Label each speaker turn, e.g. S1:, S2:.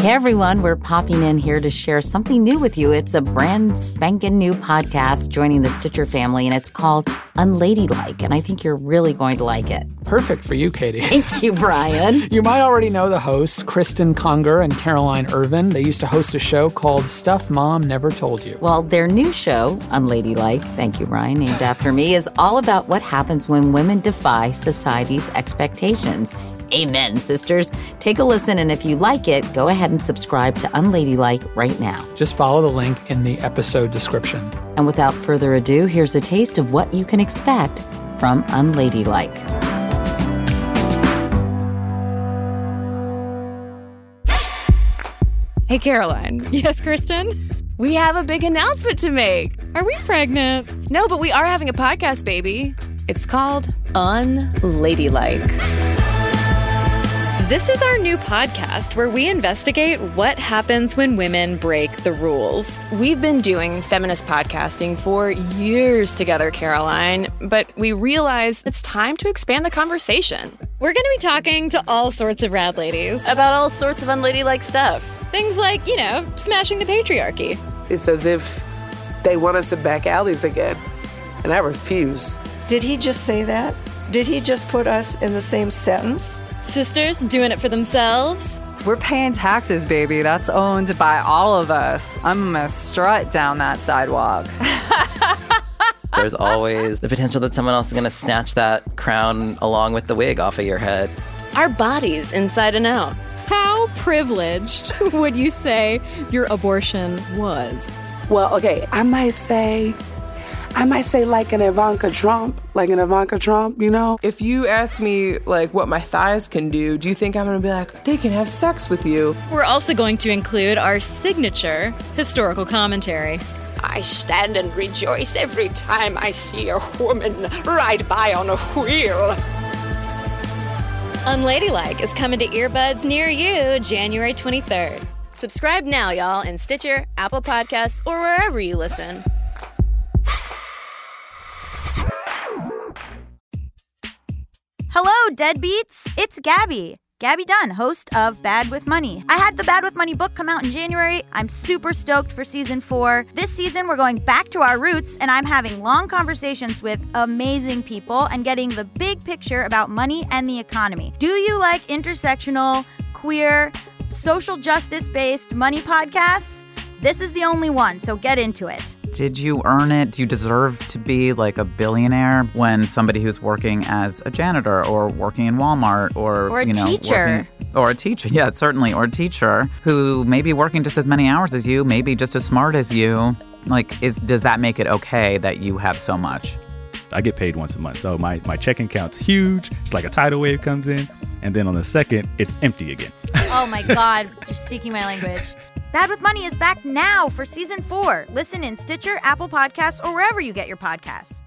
S1: Hey everyone, we're popping in here to share something new with you. It's a brand spanking new podcast joining the Stitcher family, and it's called Unladylike. And I think you're really going to like it.
S2: Perfect for you, Katie.
S1: Thank you, Brian.
S2: You might already know the hosts, Kristen Conger and Caroline Irvin. They used to host a show called Stuff Mom Never Told You.
S1: Well, their new show, Unladylike, thank you, Brian, named after me, is all about what happens when women defy society's expectations. Amen, sisters. Take a listen, and if you like it, go ahead and subscribe to Unladylike right now.
S2: Just follow the link in the episode description.
S1: And without further ado, here's a taste of what you can expect from Unladylike.
S3: Hey, Caroline.
S4: Yes, Kristen?
S3: We have a big announcement to make.
S4: Are we pregnant?
S3: No, but we are having a podcast, baby. It's called Unladylike.
S4: This is our new podcast where we investigate what happens when women break the rules.
S3: We've been doing feminist podcasting for years together, Caroline, but we realize it's time to expand the conversation
S4: We're going to be talking to all sorts of rad ladies.
S3: about all sorts of unladylike stuff.
S4: Things like, you know, smashing the patriarchy.
S5: It's as if they want us in back alleys again. And I refuse.
S6: Did he just say that? Did he just put us in the same sentence?
S4: Sisters doing it for themselves.
S7: We're paying taxes, baby. That's owned by all of us. I'm gonna strut down that sidewalk.
S8: There's always the potential that someone else is going to snatch that crown along with the wig off of your head.
S3: Our bodies inside and out.
S9: How privileged would you say your abortion was?
S5: Well, okay, I might say, I might say like an Ivanka Trump, like an Ivanka Trump, you know?
S10: if you ask me like what my thighs can do, do you think I'm gonna be like, they can have sex with you?
S4: We're also going to include our signature historical commentary.
S11: I stand and rejoice every time I see a woman ride by on a wheel.
S4: Unladylike is coming to earbuds near you January 23rd.
S3: Subscribe now, y'all, in Stitcher, Apple Podcasts, or wherever you listen.
S12: Hello, Deadbeats! It's Gabby. Gabby Dunn, host of Bad with Money. I had the Bad with Money book come out in January. I'm super stoked for season four. This season, we're going back to our roots, and I'm having long conversations with amazing people and getting the big picture about money and the economy. Do you like intersectional, queer, social justice based money podcasts? This is the only one, so get into it.
S7: Did you earn it? Do you deserve to be like a billionaire when somebody who's working as a janitor or working in Walmart or,
S12: Or a
S7: you know,
S12: teacher.
S7: working- or a teacher, yeah, certainly, or a teacher who may be working just as many hours as you, maybe just as smart as you. Like, is does that make it okay that you have so much?
S13: I get paid once a month. So my, my checking account's huge. It's like a tidal wave comes in. And then on the second, it's empty again.
S12: Oh my God, you're speaking my language. Bad with Money is back now for season four. Listen in Stitcher, Apple Podcasts, or wherever you get your podcasts.